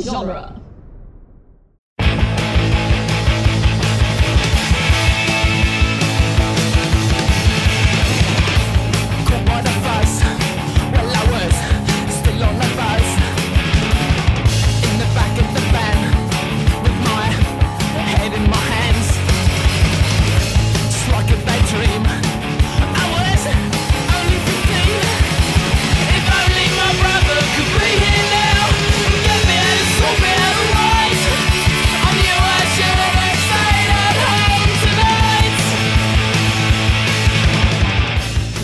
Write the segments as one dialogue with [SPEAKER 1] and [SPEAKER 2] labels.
[SPEAKER 1] genre.
[SPEAKER 2] Caught by the fuzz while I was still on the bus. In the back of the van with my head in my hands. Just like a bad dream. I was only 15. If only my brother could be here now. Get me out and sort me out of ways. I knew I should have stayed at home tonight.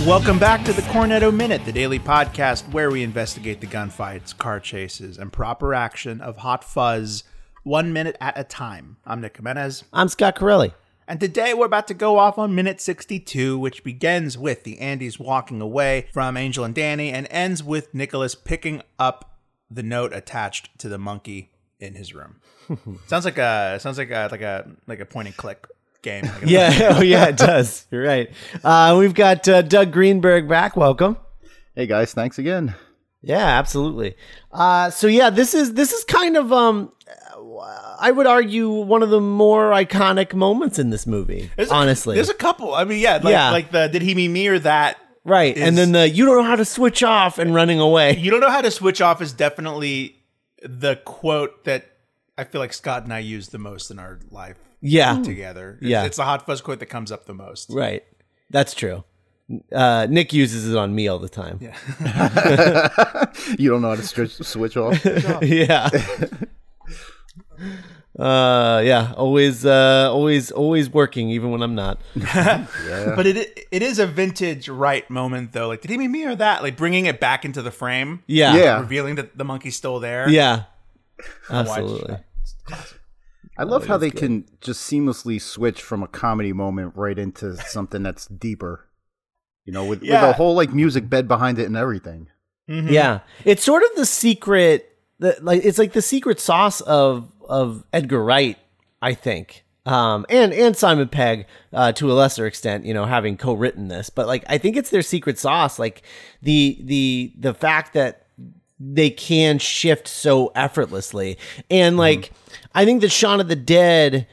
[SPEAKER 3] Welcome back to the Cornetto Minute, the daily podcast where we investigate the gunfights, car chases, and proper action of Hot Fuzz one minute at a time. I'm Nick Jimenez,
[SPEAKER 4] I'm Scott Corelli.
[SPEAKER 3] and today we're about to go off on minute 62, which begins with the Andes walking away from Angel and Danny and ends with Nicholas picking up the note attached to the monkey in his room. sounds like a sounds like a like a like a point and click game. Like a-
[SPEAKER 4] Yeah, oh yeah, it does. You're right. Uh, we've got uh, Doug Greenberg back. Welcome.
[SPEAKER 5] Hey guys, thanks again.
[SPEAKER 4] Yeah, absolutely. Uh, so yeah, this is this is kind of um, I would argue one of the more iconic moments in this movie.
[SPEAKER 3] There's a-
[SPEAKER 4] honestly,
[SPEAKER 3] there's a couple. I mean, yeah, like,
[SPEAKER 4] Yeah.
[SPEAKER 3] like the did he mean me or that?
[SPEAKER 4] right,
[SPEAKER 3] is-
[SPEAKER 4] and then the you don't know how to switch off and running away.
[SPEAKER 3] You don't know how to switch off is definitely the quote that I feel like Scott and I use the most in our life
[SPEAKER 4] Yeah,
[SPEAKER 3] together. It's-
[SPEAKER 4] Yeah.
[SPEAKER 3] it's the hot fuzz quote that comes up the most.
[SPEAKER 4] right. That's true. Uh, Nick uses it on me all the time. Yeah,
[SPEAKER 5] You don't know how to switch, switch off.
[SPEAKER 4] yeah. uh, yeah. Always, uh, always, always working, even when I'm not.
[SPEAKER 3] But it it is a vintage right moment though. Like did he mean me or that? Like bringing it back into the frame.
[SPEAKER 4] Yeah.
[SPEAKER 5] Yeah.
[SPEAKER 3] Revealing that the monkey's still there.
[SPEAKER 4] Yeah.
[SPEAKER 3] Watch.
[SPEAKER 4] Absolutely.
[SPEAKER 5] I
[SPEAKER 4] Oh,
[SPEAKER 5] love how they can just seamlessly switch from a comedy moment right into something that's deeper. You know, with,
[SPEAKER 3] Yeah.
[SPEAKER 5] with a whole like music bed behind it and everything.
[SPEAKER 3] Mm-hmm.
[SPEAKER 4] Yeah. It's sort of the secret the, like it's like the secret sauce of of Edgar Wright, I think. Um and and Simon Pegg uh to a lesser extent, you know, having co-written this, but like I think it's their secret sauce like the the the fact that they can shift so effortlessly. And
[SPEAKER 3] Mm-hmm.
[SPEAKER 4] like I think that Shaun of the Dead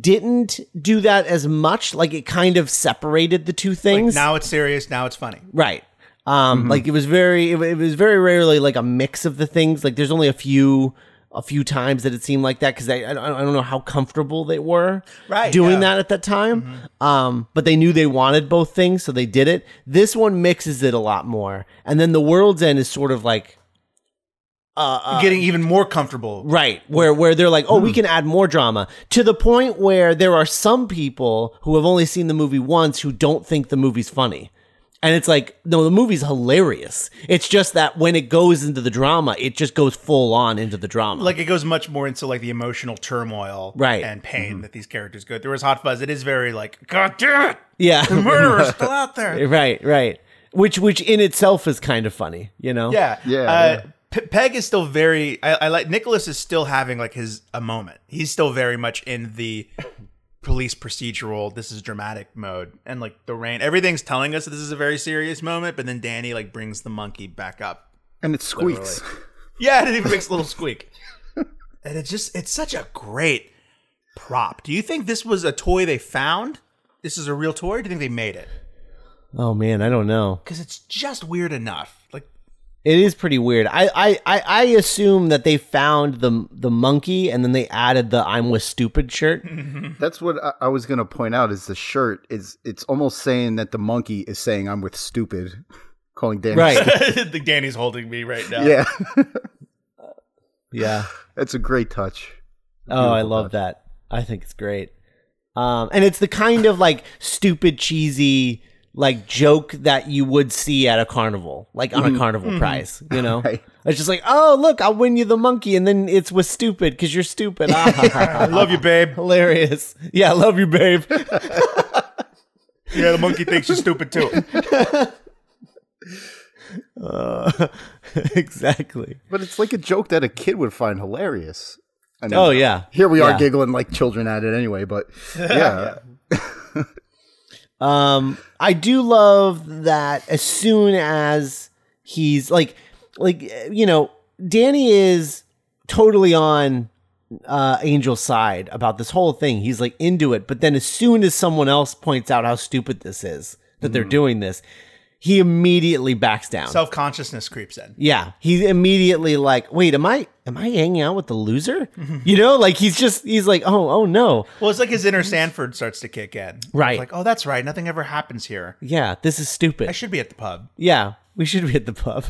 [SPEAKER 4] didn't do that as much. Like it kind of separated the two
[SPEAKER 3] Like,
[SPEAKER 4] things.
[SPEAKER 3] now it's serious, now it's funny.
[SPEAKER 4] Right. Um,
[SPEAKER 3] Mm-hmm.
[SPEAKER 4] like it was very, it, wa- it was very rarely like a mix of the things. Like there's only a few, a few times that it seemed like that because I, I, don't- I don't know how comfortable they were
[SPEAKER 3] Right,
[SPEAKER 4] doing
[SPEAKER 3] yeah. Mm-hmm.
[SPEAKER 4] that at that time. Um, but they knew they wanted both things, so they did it. This one mixes it a lot more, and then the world's end is sort of like
[SPEAKER 3] Getting even more comfortable.
[SPEAKER 4] Uh, Right, where where they're like, "Oh,
[SPEAKER 3] Hmm.
[SPEAKER 4] we can add more drama." To the point where there are some people who have only seen the movie once who don't think the movie's funny. And it's like, no, the movie's hilarious. It's just that when it goes into the drama, it just goes full on into the drama.
[SPEAKER 3] like it goes much more into like the emotional turmoil
[SPEAKER 4] Right. Mm-hmm.
[SPEAKER 3] and pain that these characters go through. Whereas Hot Fuzz, it is very like, God damn it, the
[SPEAKER 4] yeah.
[SPEAKER 3] murderer's still out there.
[SPEAKER 4] right, right. Which which in itself is kind of funny, you know?
[SPEAKER 3] Yeah,
[SPEAKER 5] Yeah,
[SPEAKER 3] Uh,
[SPEAKER 5] yeah.
[SPEAKER 3] P- Peg is still very. I, I like Nicholas is still having like his a moment. He's still very much in the police procedural. This is dramatic mode, and like the rain, everything's telling us that this is a very serious moment. But then Danny like brings the monkey back up
[SPEAKER 5] And it squeaks.
[SPEAKER 3] Yeah, and it even makes a little squeak. And it's just it's such a great prop. Do you think this was a toy they found? This is a real toy, or do you think they made it?
[SPEAKER 4] Oh man, I don't know.
[SPEAKER 3] Because it's just weird enough. Like
[SPEAKER 4] It is pretty weird. I, I, I, I assume that they found the the monkey and then they added the I'm with stupid shirt.
[SPEAKER 5] That's what I, I was gonna point out is the shirt is it's almost saying that the monkey is saying I'm with stupid, calling Danny.
[SPEAKER 4] Right.
[SPEAKER 3] I think Danny's holding me right now.
[SPEAKER 5] Yeah.
[SPEAKER 4] yeah.
[SPEAKER 5] That's a great touch.
[SPEAKER 4] Oh, I love that. I think it's great. Um, and it's the kind of like stupid, cheesy, like joke that you would see at a carnival, like on a carnival prize, you know?
[SPEAKER 5] Right.
[SPEAKER 4] It's just like, oh, look, I'll win you the monkey. And then it's with stupid because you're stupid. Ah,
[SPEAKER 3] I love you, babe.
[SPEAKER 4] hilarious. Yeah, I love you, babe.
[SPEAKER 3] Yeah, the monkey thinks you're stupid too.
[SPEAKER 4] Uh, exactly.
[SPEAKER 5] But it's like a joke that a kid would find hilarious. I mean,
[SPEAKER 4] Oh, yeah.
[SPEAKER 5] Here we
[SPEAKER 4] Yeah.
[SPEAKER 5] are giggling like children at it anyway, but yeah.
[SPEAKER 4] Um, I do love that as soon as he's like, like uh, you know, Danny is totally on uh, Angel's side about this whole thing. He's like into it, but then as soon as someone else points out how stupid this is that they're doing this, he immediately backs down.
[SPEAKER 3] Self consciousness creeps in.
[SPEAKER 4] yeah, he's immediately like, "Wait, am I am I hanging out with the loser?" You know, like he's just he's like, "Oh, oh no."
[SPEAKER 3] Well, it's like his inner Sanford starts to kick in.
[SPEAKER 4] Right.
[SPEAKER 3] It's like, oh, that's right. Nothing ever happens here.
[SPEAKER 4] Yeah, this is
[SPEAKER 3] I
[SPEAKER 4] stupid.
[SPEAKER 3] should be at the pub.
[SPEAKER 4] yeah, we should be at the pub.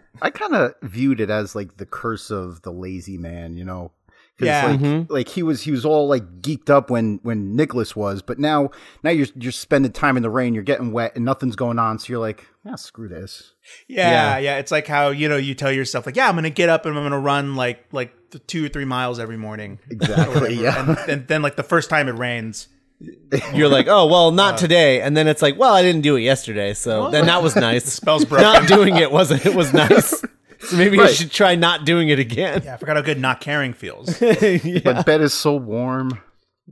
[SPEAKER 5] I kind of viewed it as like the curse of the lazy man, you know. 'Cause,
[SPEAKER 3] Yeah. Mm-hmm.
[SPEAKER 5] like, like he was he was all like geeked up when when Nicholas was, but now now you're you're spending time in the rain, you're getting wet, and nothing's going on, so you're like, ah, screw this.
[SPEAKER 3] Yeah, yeah, It's like how you know you tell yourself like, yeah, I'm gonna get up and I'm gonna run like like th- two or three miles every morning.
[SPEAKER 5] Exactly. yeah.
[SPEAKER 3] and, and then like the first time it rains,
[SPEAKER 4] You're like, "Oh, well, not
[SPEAKER 5] Uh,
[SPEAKER 4] today." And then it's like, "Well, I didn't do it yesterday, so then that was nice."
[SPEAKER 3] spells broken.
[SPEAKER 4] not doing it wasn't it was nice. So maybe I
[SPEAKER 5] Right.
[SPEAKER 4] should try not doing it again.
[SPEAKER 3] yeah, I forgot how good not caring feels.
[SPEAKER 5] But bed is so warm.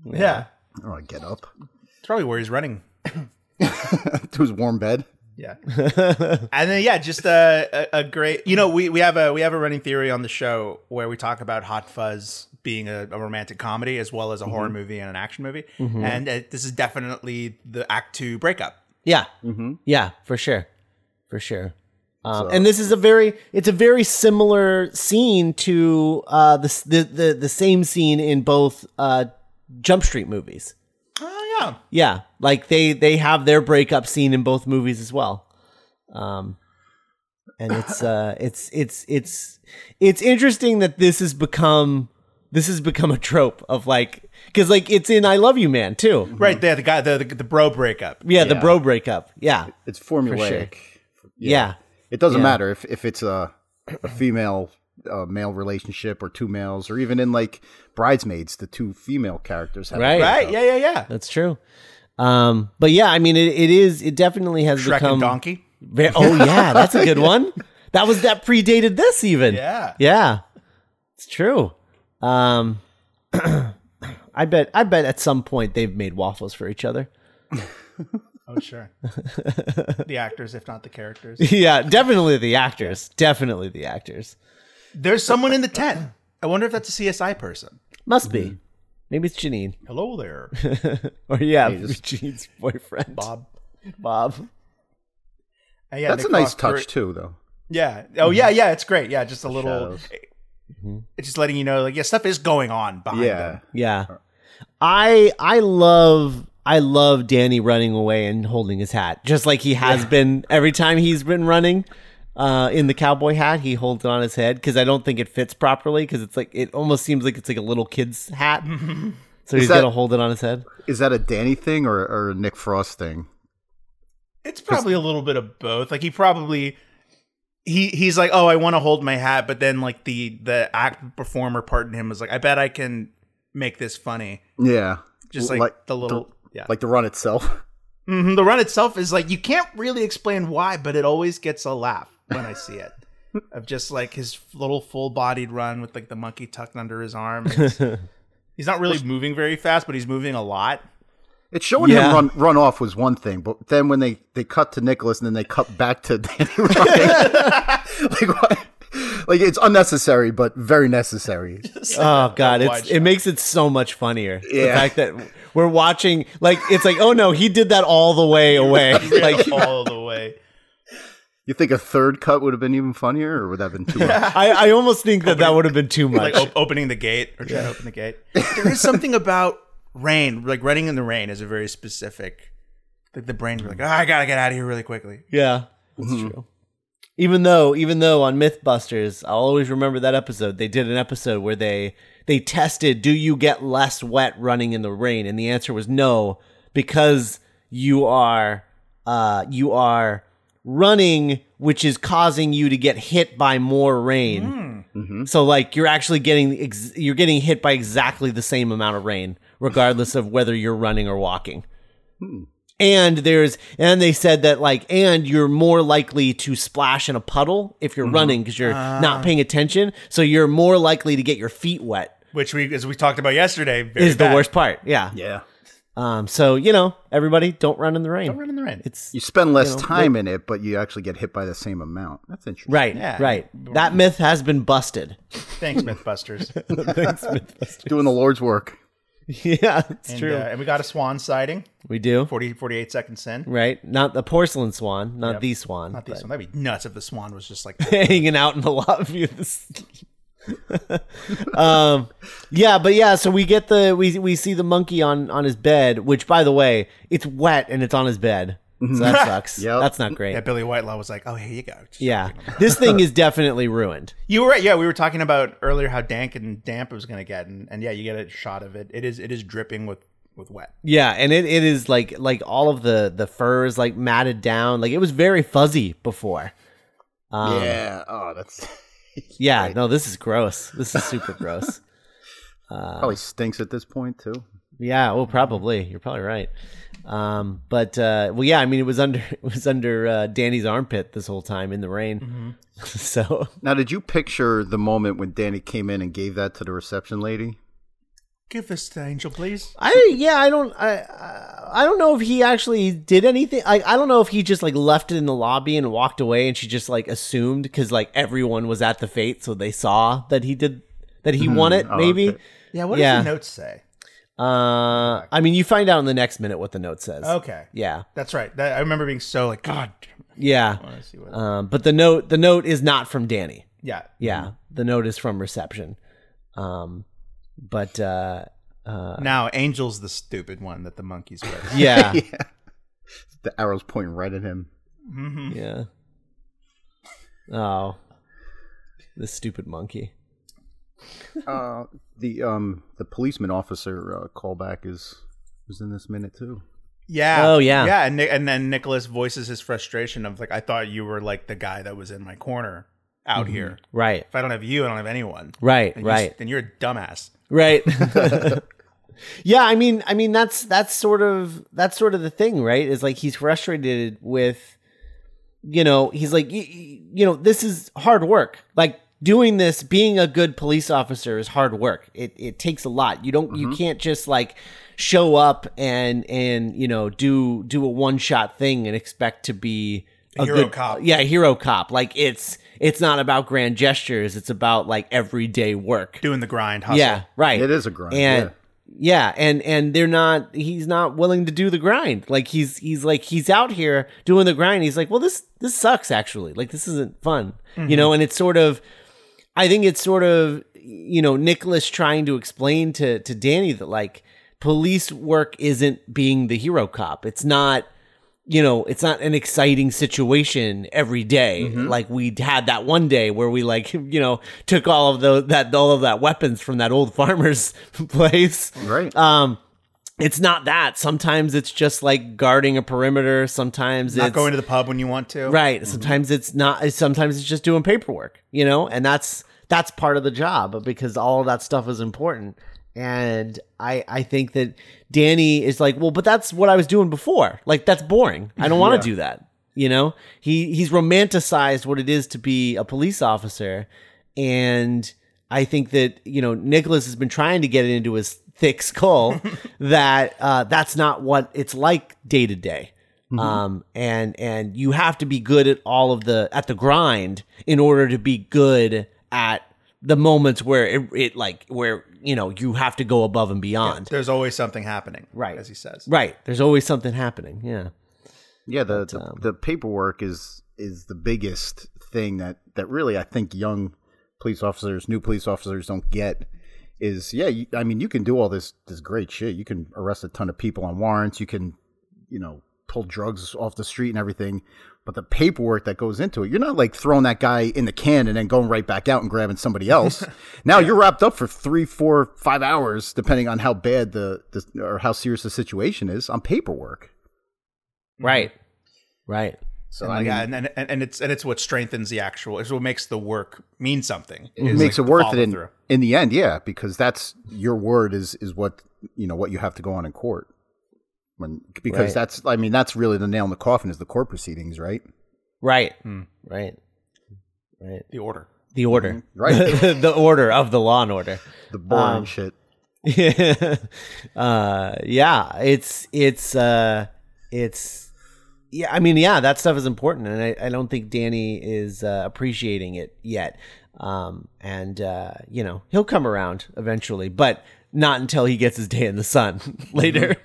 [SPEAKER 5] Oh,
[SPEAKER 3] yeah,
[SPEAKER 5] I don't want to get up.
[SPEAKER 3] it's probably where he's running.
[SPEAKER 5] to his warm bed.
[SPEAKER 3] Yeah. and then yeah, just a, a, a great. You know, we, we have a we have a running theory on the show where we talk about Hot Fuzz being a, a romantic comedy as well as a horror movie and an action movie, and uh, this is definitely the Act Two breakup.
[SPEAKER 4] Yeah. Yeah, for sure. For sure. Um,
[SPEAKER 5] Mm-hmm. So-
[SPEAKER 4] and this is a very it's a very similar scene to uh, the, s- the the the same scene in both uh, Jump Street movies.
[SPEAKER 3] Oh yeah,
[SPEAKER 4] Yeah, like they they have their breakup scene in both movies as well. Um and it's uh it's it's it's it's interesting that this has become this has become a trope of like cuz like it's in I Love You Man too.
[SPEAKER 3] right there, the guy, the the, the bro breakup.
[SPEAKER 4] Yeah, the
[SPEAKER 5] Yeah.
[SPEAKER 4] bro breakup. Yeah.
[SPEAKER 5] It's formulaic.
[SPEAKER 4] Yeah.
[SPEAKER 5] It doesn't
[SPEAKER 4] Yeah.
[SPEAKER 5] matter if if it's a a female uh, male relationship or two males or even in like bridesmaids, the two female characters have a
[SPEAKER 4] Right.
[SPEAKER 5] breakup.
[SPEAKER 3] Right? Yeah, yeah, yeah.
[SPEAKER 4] That's true. Um but yeah, I mean it, it is it definitely has
[SPEAKER 3] Shrek
[SPEAKER 4] become
[SPEAKER 3] and Donkey.
[SPEAKER 4] Ve- oh yeah, that's a good one. That was that predated this even.
[SPEAKER 3] Yeah.
[SPEAKER 4] Yeah. It's true. Um I bet I bet at some point they've made waffles for each other.
[SPEAKER 3] Oh sure. the actors, if not the characters.
[SPEAKER 4] yeah, definitely the actors. Definitely the actors.
[SPEAKER 3] There's someone in the tent. I wonder if that's a CSI person.
[SPEAKER 4] Must be. Maybe it's Janine.
[SPEAKER 3] Hello there,
[SPEAKER 4] Or yeah,
[SPEAKER 5] just-
[SPEAKER 4] Janine's boyfriend.
[SPEAKER 3] Bob.
[SPEAKER 4] Bob.
[SPEAKER 3] And yeah,
[SPEAKER 5] That's
[SPEAKER 3] they
[SPEAKER 5] a
[SPEAKER 3] cross
[SPEAKER 5] nice touch
[SPEAKER 3] through-
[SPEAKER 5] too, though.
[SPEAKER 3] Yeah. Oh yeah, yeah. It's great. Yeah, just a little.
[SPEAKER 5] Mm-hmm. shadows. Mm-hmm.
[SPEAKER 3] It's just letting you know, like, yeah, stuff is going on behind
[SPEAKER 5] Yeah,
[SPEAKER 3] them.
[SPEAKER 4] Yeah. I I love I love Danny running away and holding his hat, just like he has been every time he's been running. Uh, in the cowboy hat, he holds it on his head because I don't think it fits properly because it's like it almost seems like it's like a little kid's hat. so he's
[SPEAKER 5] that-
[SPEAKER 4] gonna hold it on his head.
[SPEAKER 5] is that a Danny thing or or a Nick Frost thing?
[SPEAKER 3] It's probably a little bit of both. Like he probably he he's like, oh, I want to hold my hat, but then like the the act performer part in him was like, I bet I can make this funny.
[SPEAKER 5] Yeah,
[SPEAKER 3] Just
[SPEAKER 5] L-
[SPEAKER 3] like, the little yeah.
[SPEAKER 5] like the run itself.
[SPEAKER 3] hmm The run itself is like you can't really explain why, but it always gets a laugh when I see it. of just like his little full-bodied run with like the monkey tucked under his arm. It's- he's not really moving very fast, but he's moving a lot.
[SPEAKER 5] It's showing
[SPEAKER 4] Yeah.
[SPEAKER 5] him run run off was one thing, but then when they they cut to Nicholas and then they cut back to Danny running, like what? Like it's unnecessary, but very necessary.
[SPEAKER 4] Oh god, it's
[SPEAKER 3] wide
[SPEAKER 4] it makes it so much funnier. The
[SPEAKER 5] Yeah.
[SPEAKER 4] fact that we're watching, like it's like, oh no, he did that all the way away. like
[SPEAKER 3] Like all the way.
[SPEAKER 5] You think a third cut would have been even funnier, or would that have been too much?
[SPEAKER 4] I, I almost think that that would have been too
[SPEAKER 3] Like
[SPEAKER 4] much.
[SPEAKER 3] op- opening the gate or trying to open the gate. There is something about rain, like running in the rain is a very specific like the brain like, oh, I gotta get out of here really quickly.
[SPEAKER 4] Yeah, that's true. Even though, even though on MythBusters, I'll always remember that episode. They did an episode where they they tested, do you get less wet running in the rain? And the answer was no, because you are uh, you are running, which is causing you to get hit by more rain. So like you're actually getting ex- you're getting hit by exactly the same amount of rain, regardless of whether you're running or walking and there's and they said that like and you're more likely to splash in a puddle if you're
[SPEAKER 3] Mm-hmm.
[SPEAKER 4] running because you're
[SPEAKER 3] Ah.
[SPEAKER 4] not paying attention so you're more likely to get your feet wet
[SPEAKER 3] Which we as we talked about yesterday, very
[SPEAKER 4] is the
[SPEAKER 3] bad.
[SPEAKER 4] worst part yeah
[SPEAKER 5] yeah,
[SPEAKER 4] Um, so you know, everybody, don't run in the rain.
[SPEAKER 3] Don't run in the rain.
[SPEAKER 4] It's
[SPEAKER 5] You spend less
[SPEAKER 4] know,
[SPEAKER 5] time in it, but you actually get hit by the same amount. That's interesting.
[SPEAKER 4] right,
[SPEAKER 3] Yeah.
[SPEAKER 4] right. That myth has been busted.
[SPEAKER 3] Thanks, MythBusters.
[SPEAKER 5] Doing the Lord's work.
[SPEAKER 4] yeah, it's
[SPEAKER 3] and,
[SPEAKER 4] true.
[SPEAKER 3] uh, and we got a swan sighting.
[SPEAKER 4] we do
[SPEAKER 3] 40, 48 seconds in.
[SPEAKER 4] right. Not the porcelain swan, not
[SPEAKER 3] Yep.
[SPEAKER 4] the swan,
[SPEAKER 3] Not
[SPEAKER 4] but
[SPEAKER 3] these one. That'd be nuts if the swan was just like
[SPEAKER 4] hanging out in the lot view. of the sea. um, yeah, but yeah. So we get the we we see the monkey on on his bed, which by the way, it's wet and it's on his bed. So that sucks.
[SPEAKER 5] Yep.
[SPEAKER 4] That's not great.
[SPEAKER 3] yeah, Billy Whitelaw was like, "Oh, here you go." Just-
[SPEAKER 4] Yeah, this thing is definitely ruined.
[SPEAKER 3] You were right. Yeah, we were talking about earlier how dank and damp it was going to get, and, and yeah, you get a shot of it. It is it is dripping with with wet.
[SPEAKER 4] Yeah, and it, it is like like all of the the fur is like matted down. Like it was very fuzzy before. Um, yeah.
[SPEAKER 5] yeah. Oh, that's
[SPEAKER 4] No, this is gross. This is super gross.
[SPEAKER 5] probably stinks at this point too.
[SPEAKER 4] Yeah. Well, probably you're probably right. Um, but uh, well, yeah. I mean, it was under it was under uh, Danny's armpit this whole time in the rain.
[SPEAKER 3] Mm-hmm.
[SPEAKER 4] so
[SPEAKER 5] Now, did you picture the moment when Danny came in and gave that to the reception lady?
[SPEAKER 3] Give this to Angel, please.
[SPEAKER 4] I yeah I don't I- I I don't know if he actually did anything. I I don't know if he just like left it in the lobby and walked away, and she just like assumed because like everyone was at the fete, so they saw that he did that
[SPEAKER 3] Mm-hmm.
[SPEAKER 4] he won it.
[SPEAKER 5] Oh,
[SPEAKER 4] Maybe.
[SPEAKER 5] okay.
[SPEAKER 3] Yeah. What
[SPEAKER 4] Yeah.
[SPEAKER 3] does the notes say?
[SPEAKER 4] Uh, I mean, you find out in the next minute what the note says.
[SPEAKER 3] Okay.
[SPEAKER 4] Yeah.
[SPEAKER 3] That's right. That, I remember being so like, God. damn it.
[SPEAKER 4] Yeah.
[SPEAKER 3] Let's see what-
[SPEAKER 4] Um, but the note the note is not from Danny.
[SPEAKER 3] yeah.
[SPEAKER 4] Yeah, the note is from reception. Um, but uh,
[SPEAKER 3] Now Angel's the stupid one that the monkeys with.
[SPEAKER 4] yeah,
[SPEAKER 5] The arrow's pointing right at him.
[SPEAKER 4] Yeah. Oh. This stupid monkey.
[SPEAKER 5] Uh, the um the policeman officer uh, callback is was in this minute too.
[SPEAKER 3] yeah.
[SPEAKER 4] Oh, yeah.
[SPEAKER 3] Yeah. And Ni- and then Nicholas voices his frustration of like, I thought you were like the guy that was in my corner out here.
[SPEAKER 4] Right.
[SPEAKER 3] If I don't have you, I don't have anyone.
[SPEAKER 4] Mm-hmm. Right,
[SPEAKER 3] And you s-
[SPEAKER 4] right.
[SPEAKER 3] And you're a dumbass.
[SPEAKER 4] Right. yeah, I mean I mean that's that's sort of that's sort of the thing, right? Is like he's frustrated with you know, he's like y- y- you know, this is hard work. Like doing this being a good police officer is hard work. It it takes a lot. You don't
[SPEAKER 3] Mm-hmm.
[SPEAKER 4] you can't just like show up and and you know, do do a one-shot thing and expect to be a
[SPEAKER 3] hero cop.
[SPEAKER 4] Yeah, hero cop. Like it's it's not about grand gestures, it's about like everyday work.
[SPEAKER 3] Doing the grind. Hustle.
[SPEAKER 4] Yeah, right.
[SPEAKER 5] It is a grind,
[SPEAKER 4] And yeah. and and they're not he's not willing to do the grind. Like he's he's like he's out here doing the grind. He's like, "Well, this this sucks actually. Like this isn't fun." You know, and it's sort of I think it's sort of you know, Nicholas trying to explain to to Danny that like police work isn't being the hero cop. It's not you know, it's not an exciting situation every day.
[SPEAKER 3] Mm-hmm.
[SPEAKER 4] Like we had that one day where we like, you know, took all of those that all of that weapons from that old farmer's place.
[SPEAKER 5] Right.
[SPEAKER 4] Um it's not that. Sometimes it's just like guarding a perimeter. Sometimes
[SPEAKER 3] Not
[SPEAKER 4] it's
[SPEAKER 3] going to the pub when you want to.
[SPEAKER 4] right. Sometimes it's not. Sometimes it's just doing paperwork, you know, and that's that's part of the job because all of that stuff is important. And I I think that Danny is like, well, but that's what I was doing before. Like that's boring. I don't want to do that. You know, he he's romanticized what it is to be a police officer, and I think that you know Nicholas has been trying to get it into his thick skull that uh, that's not what it's like day to day um and and you have to be good at all of the at the grind in order to be good at the moments where it, it like where you know you have to go above and beyond
[SPEAKER 3] There's always something happening.
[SPEAKER 4] Right.
[SPEAKER 3] As he says.
[SPEAKER 4] right there's always something happening yeah
[SPEAKER 5] Yeah, the the,
[SPEAKER 3] um,
[SPEAKER 5] the paperwork is is the biggest thing that that really I think young police officers, new police officers don't get is yeah, you, I mean you can do all this this great shit. You can arrest a ton of people on warrants, you can, you know, pull drugs off the street and everything, but the paperwork that goes into it, you're not like throwing that guy in the can and then going right back out and grabbing somebody else. now you're wrapped up for three, four, five hours, depending on how bad the, the or how serious the situation is on paperwork.
[SPEAKER 4] right right
[SPEAKER 5] So
[SPEAKER 3] And
[SPEAKER 5] I
[SPEAKER 3] like,
[SPEAKER 5] mean-
[SPEAKER 3] yeah, and, and and it's and it's what strengthens the actual. It's what makes the work mean something.
[SPEAKER 5] it
[SPEAKER 3] is,
[SPEAKER 5] makes
[SPEAKER 3] like,
[SPEAKER 5] it worth it
[SPEAKER 3] follow
[SPEAKER 5] in,
[SPEAKER 3] through.
[SPEAKER 5] in the end yeah because that's your word is is what you know what you have to go on in court when because
[SPEAKER 4] Right.
[SPEAKER 5] that's i mean that's really the nail in the coffin is the court proceedings right
[SPEAKER 4] right right right
[SPEAKER 3] the order.
[SPEAKER 4] the order
[SPEAKER 5] right
[SPEAKER 4] the order of the law and order
[SPEAKER 5] the boring shit
[SPEAKER 4] uh, yeah, it's it's uh, it's yeah. I mean, yeah, that stuff is important, and I, I don't think Danny is uh, appreciating it yet. Um, and uh, you know, he'll come around eventually, but not until he gets his day in the sun later.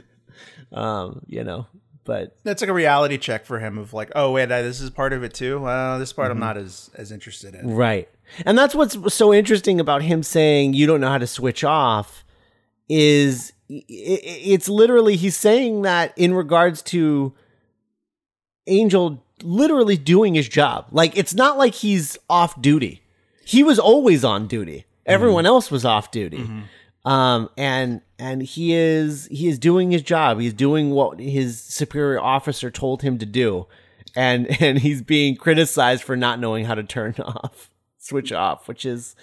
[SPEAKER 4] um, you know, but
[SPEAKER 3] That's like a reality check for him of like, oh wait, I, this is part of it too. Well, this part I'm not as as interested in.
[SPEAKER 4] Right. And that's what's so interesting about him saying you don't know how to switch off is i- i- it's literally he's saying that in regards to Angel literally doing his job. Like it's not like he's off duty. He was always on duty. Everyone else was off duty. Um and and he is he is doing his job. He's doing what his superior officer told him to do. And and he's being criticized for not knowing how to turn off, switch off, which is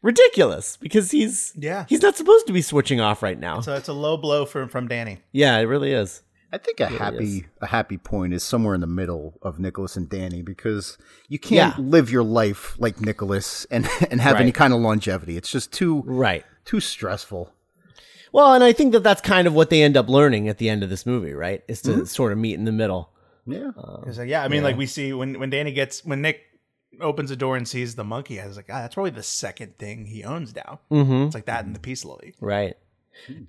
[SPEAKER 4] ridiculous because he's
[SPEAKER 3] Yeah.
[SPEAKER 4] he's not supposed to be switching off right now.
[SPEAKER 3] So it's a low blow from from Danny.
[SPEAKER 4] yeah, it really is.
[SPEAKER 5] I think a happy a happy point is somewhere in the middle of Nicholas and Danny because you can't
[SPEAKER 4] Yeah.
[SPEAKER 5] live your life like Nicholas and and have any
[SPEAKER 4] Right.
[SPEAKER 5] kind of longevity. It's just too
[SPEAKER 4] Right.
[SPEAKER 5] too stressful.
[SPEAKER 4] Well, and I think that that's kind of what they end up learning at the end of this movie, right? Is to
[SPEAKER 3] Mm-hmm.
[SPEAKER 4] sort of meet in the middle.
[SPEAKER 5] Yeah.
[SPEAKER 3] It's like, yeah, I mean, like we see when when Danny gets when Nick opens the door and sees the monkey, I was like, ah, that's probably the second thing he owns now. Mm-hmm. It's like that in the peace lily.
[SPEAKER 4] Right.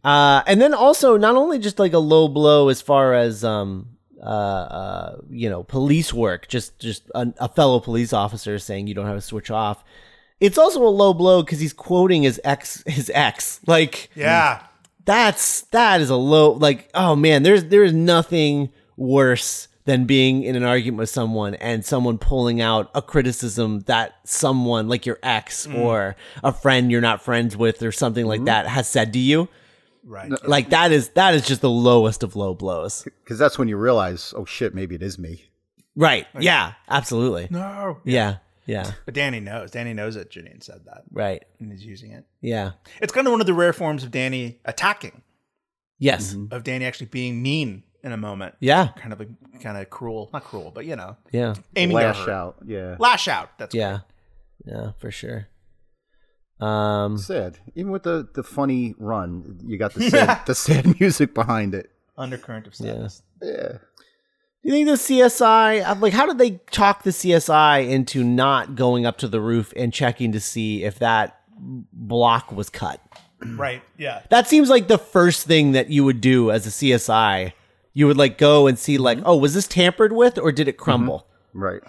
[SPEAKER 4] Uh, and then also not only just like a low blow as far as um uh, uh you know police work, just just a, a fellow police officer saying you don't have to switch off. It's also a low blow because he's quoting his ex his ex like
[SPEAKER 3] Yeah.
[SPEAKER 4] that's that is a low like oh man there's there is nothing worse than being in an argument with someone and someone pulling out a criticism that someone like your ex or a friend you're not friends with or something like that has said to you
[SPEAKER 3] Right.
[SPEAKER 4] like that is that is just the lowest of low blows
[SPEAKER 5] Cuz that's when you realize, oh shit, maybe it is me.
[SPEAKER 4] right yeah absolutely
[SPEAKER 3] No.
[SPEAKER 4] yeah yeah
[SPEAKER 3] But Danny knows. Danny knows that Janine said that
[SPEAKER 4] right
[SPEAKER 3] and is using it.
[SPEAKER 4] yeah
[SPEAKER 3] It's kind of one of the rare forms of Danny attacking,
[SPEAKER 4] yes
[SPEAKER 3] of Danny actually being mean in a moment.
[SPEAKER 4] yeah
[SPEAKER 3] Kind of a, kind of cruel, not cruel, but you know,
[SPEAKER 4] yeah
[SPEAKER 3] aiming to
[SPEAKER 5] Lash
[SPEAKER 3] hurt.
[SPEAKER 5] out. Yeah.
[SPEAKER 3] Lash out. That's
[SPEAKER 4] yeah yeah for sure um
[SPEAKER 5] Sad. Even with the the funny run, you got the sad, the sad music behind it.
[SPEAKER 3] undercurrent of sadness.
[SPEAKER 5] Yeah.
[SPEAKER 4] Do you think the CSI, I'm uh, like, how did they talk the CSI into not going up to the roof and checking to see if that block was cut? Mm.
[SPEAKER 3] Right. Yeah.
[SPEAKER 4] That seems like the first thing that you would do as a CSI. You would like go and see, like, oh, was this tampered with or did it crumble?
[SPEAKER 5] Right.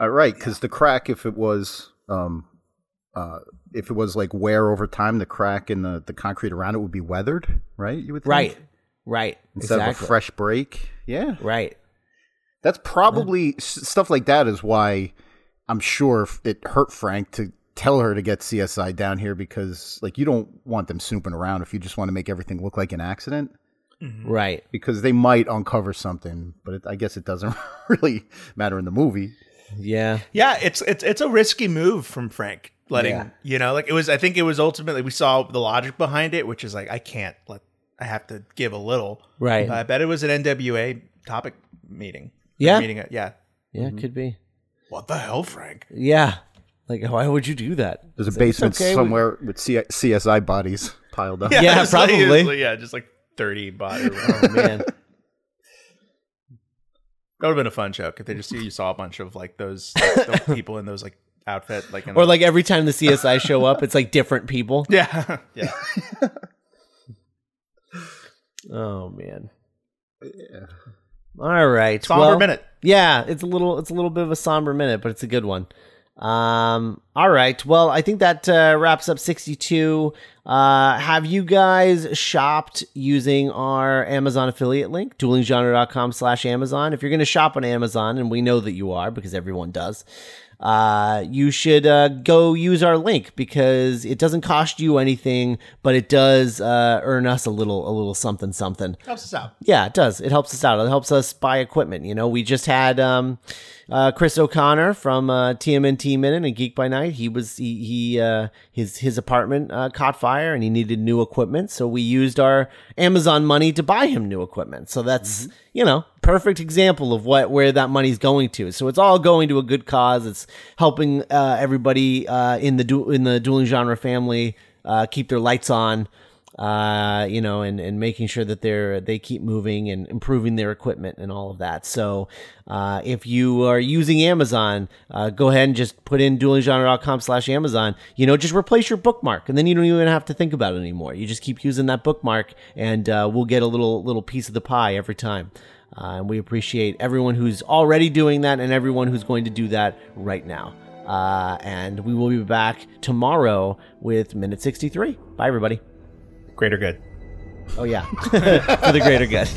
[SPEAKER 5] Uh, right, because the crack, if it was, um, uh, if it was like wear over time, the crack in the, the concrete around it would be weathered, right? You would think?
[SPEAKER 4] Right. Right.
[SPEAKER 5] instead of
[SPEAKER 4] exactly.
[SPEAKER 5] a fresh break. Yeah,
[SPEAKER 4] right.
[SPEAKER 5] that's probably s- stuff like that is why I'm sure f- it hurt Frank to tell her to get CSI down here because like you don't want them snooping around if you just want to make everything look like an accident
[SPEAKER 4] Right.
[SPEAKER 5] because they might uncover something, but it, I guess it doesn't really matter in the movie.
[SPEAKER 4] Yeah.
[SPEAKER 3] Yeah, it's it's it's a risky move from Frank letting
[SPEAKER 4] Yeah.
[SPEAKER 3] you know, like it was I think it was ultimately we saw the logic behind it, which is like I can't let I have to give a little.
[SPEAKER 4] Right.
[SPEAKER 3] But I bet it was an NWA topic meeting.
[SPEAKER 4] Yeah.
[SPEAKER 3] Meeting yeah.
[SPEAKER 4] yeah,
[SPEAKER 5] Mm-hmm.
[SPEAKER 4] it could be.
[SPEAKER 3] What the hell, Frank?
[SPEAKER 4] Yeah. Like, why would you do that?
[SPEAKER 5] There's a
[SPEAKER 4] It's like, it's
[SPEAKER 5] basement
[SPEAKER 4] okay, we-
[SPEAKER 5] somewhere with C- CSI bodies piled up.
[SPEAKER 4] Yeah,
[SPEAKER 3] it's like- it's
[SPEAKER 4] probably.
[SPEAKER 3] like- yeah, just like thirty bot. That
[SPEAKER 4] Oh, man.
[SPEAKER 3] would have been a fun joke if they just you saw a bunch of like those like, the people in those like outfit like in
[SPEAKER 4] or
[SPEAKER 3] the-
[SPEAKER 4] like every time the CSI show up, it's like different people.
[SPEAKER 3] yeah yeah
[SPEAKER 4] Oh man. All right.
[SPEAKER 3] somber
[SPEAKER 4] well,
[SPEAKER 3] minute.
[SPEAKER 4] Yeah, it's a little it's a little bit of a somber minute, but it's a good one. Um all right. Well, I think that uh, wraps up 62. Uh have you guys shopped using our Amazon affiliate link, duelinggenre.com slash Amazon? If you're going to shop on Amazon and we know that you are because everyone does. Uh, you should uh, go use our link because it doesn't cost you anything, but it does uh, earn us a little, a little something, something.
[SPEAKER 3] Helps us out.
[SPEAKER 4] Yeah, it does. It helps us out. It helps us buy equipment. You know, we just had um, uh, Chris O'Connor from uh, TMNT Minute and Geek by Night. He was he, he uh, his his apartment uh, caught fire and he needed new equipment, so we used our Amazon money to buy him new equipment. So that's you know perfect example of what where that money's going to. So it's all going to a good cause. It's helping uh, everybody uh, in the du- in the dueling genre family uh, keep their lights on, uh, you know, and, and making sure that they're they keep moving and improving their equipment and all of that. So uh, if you are using Amazon, uh, go ahead and just put in duelinggenre.com slash Amazon. You know, just replace your bookmark, and then you don't even have to think about it anymore. You just keep using that bookmark, and uh, we'll get a little little piece of the pie every time. Uh, and we appreciate everyone who's already doing that and everyone who's going to do that right now. Uh, and we will be back tomorrow with minute 63. Bye, everybody.
[SPEAKER 3] Greater good.
[SPEAKER 4] Oh, yeah. For the greater good.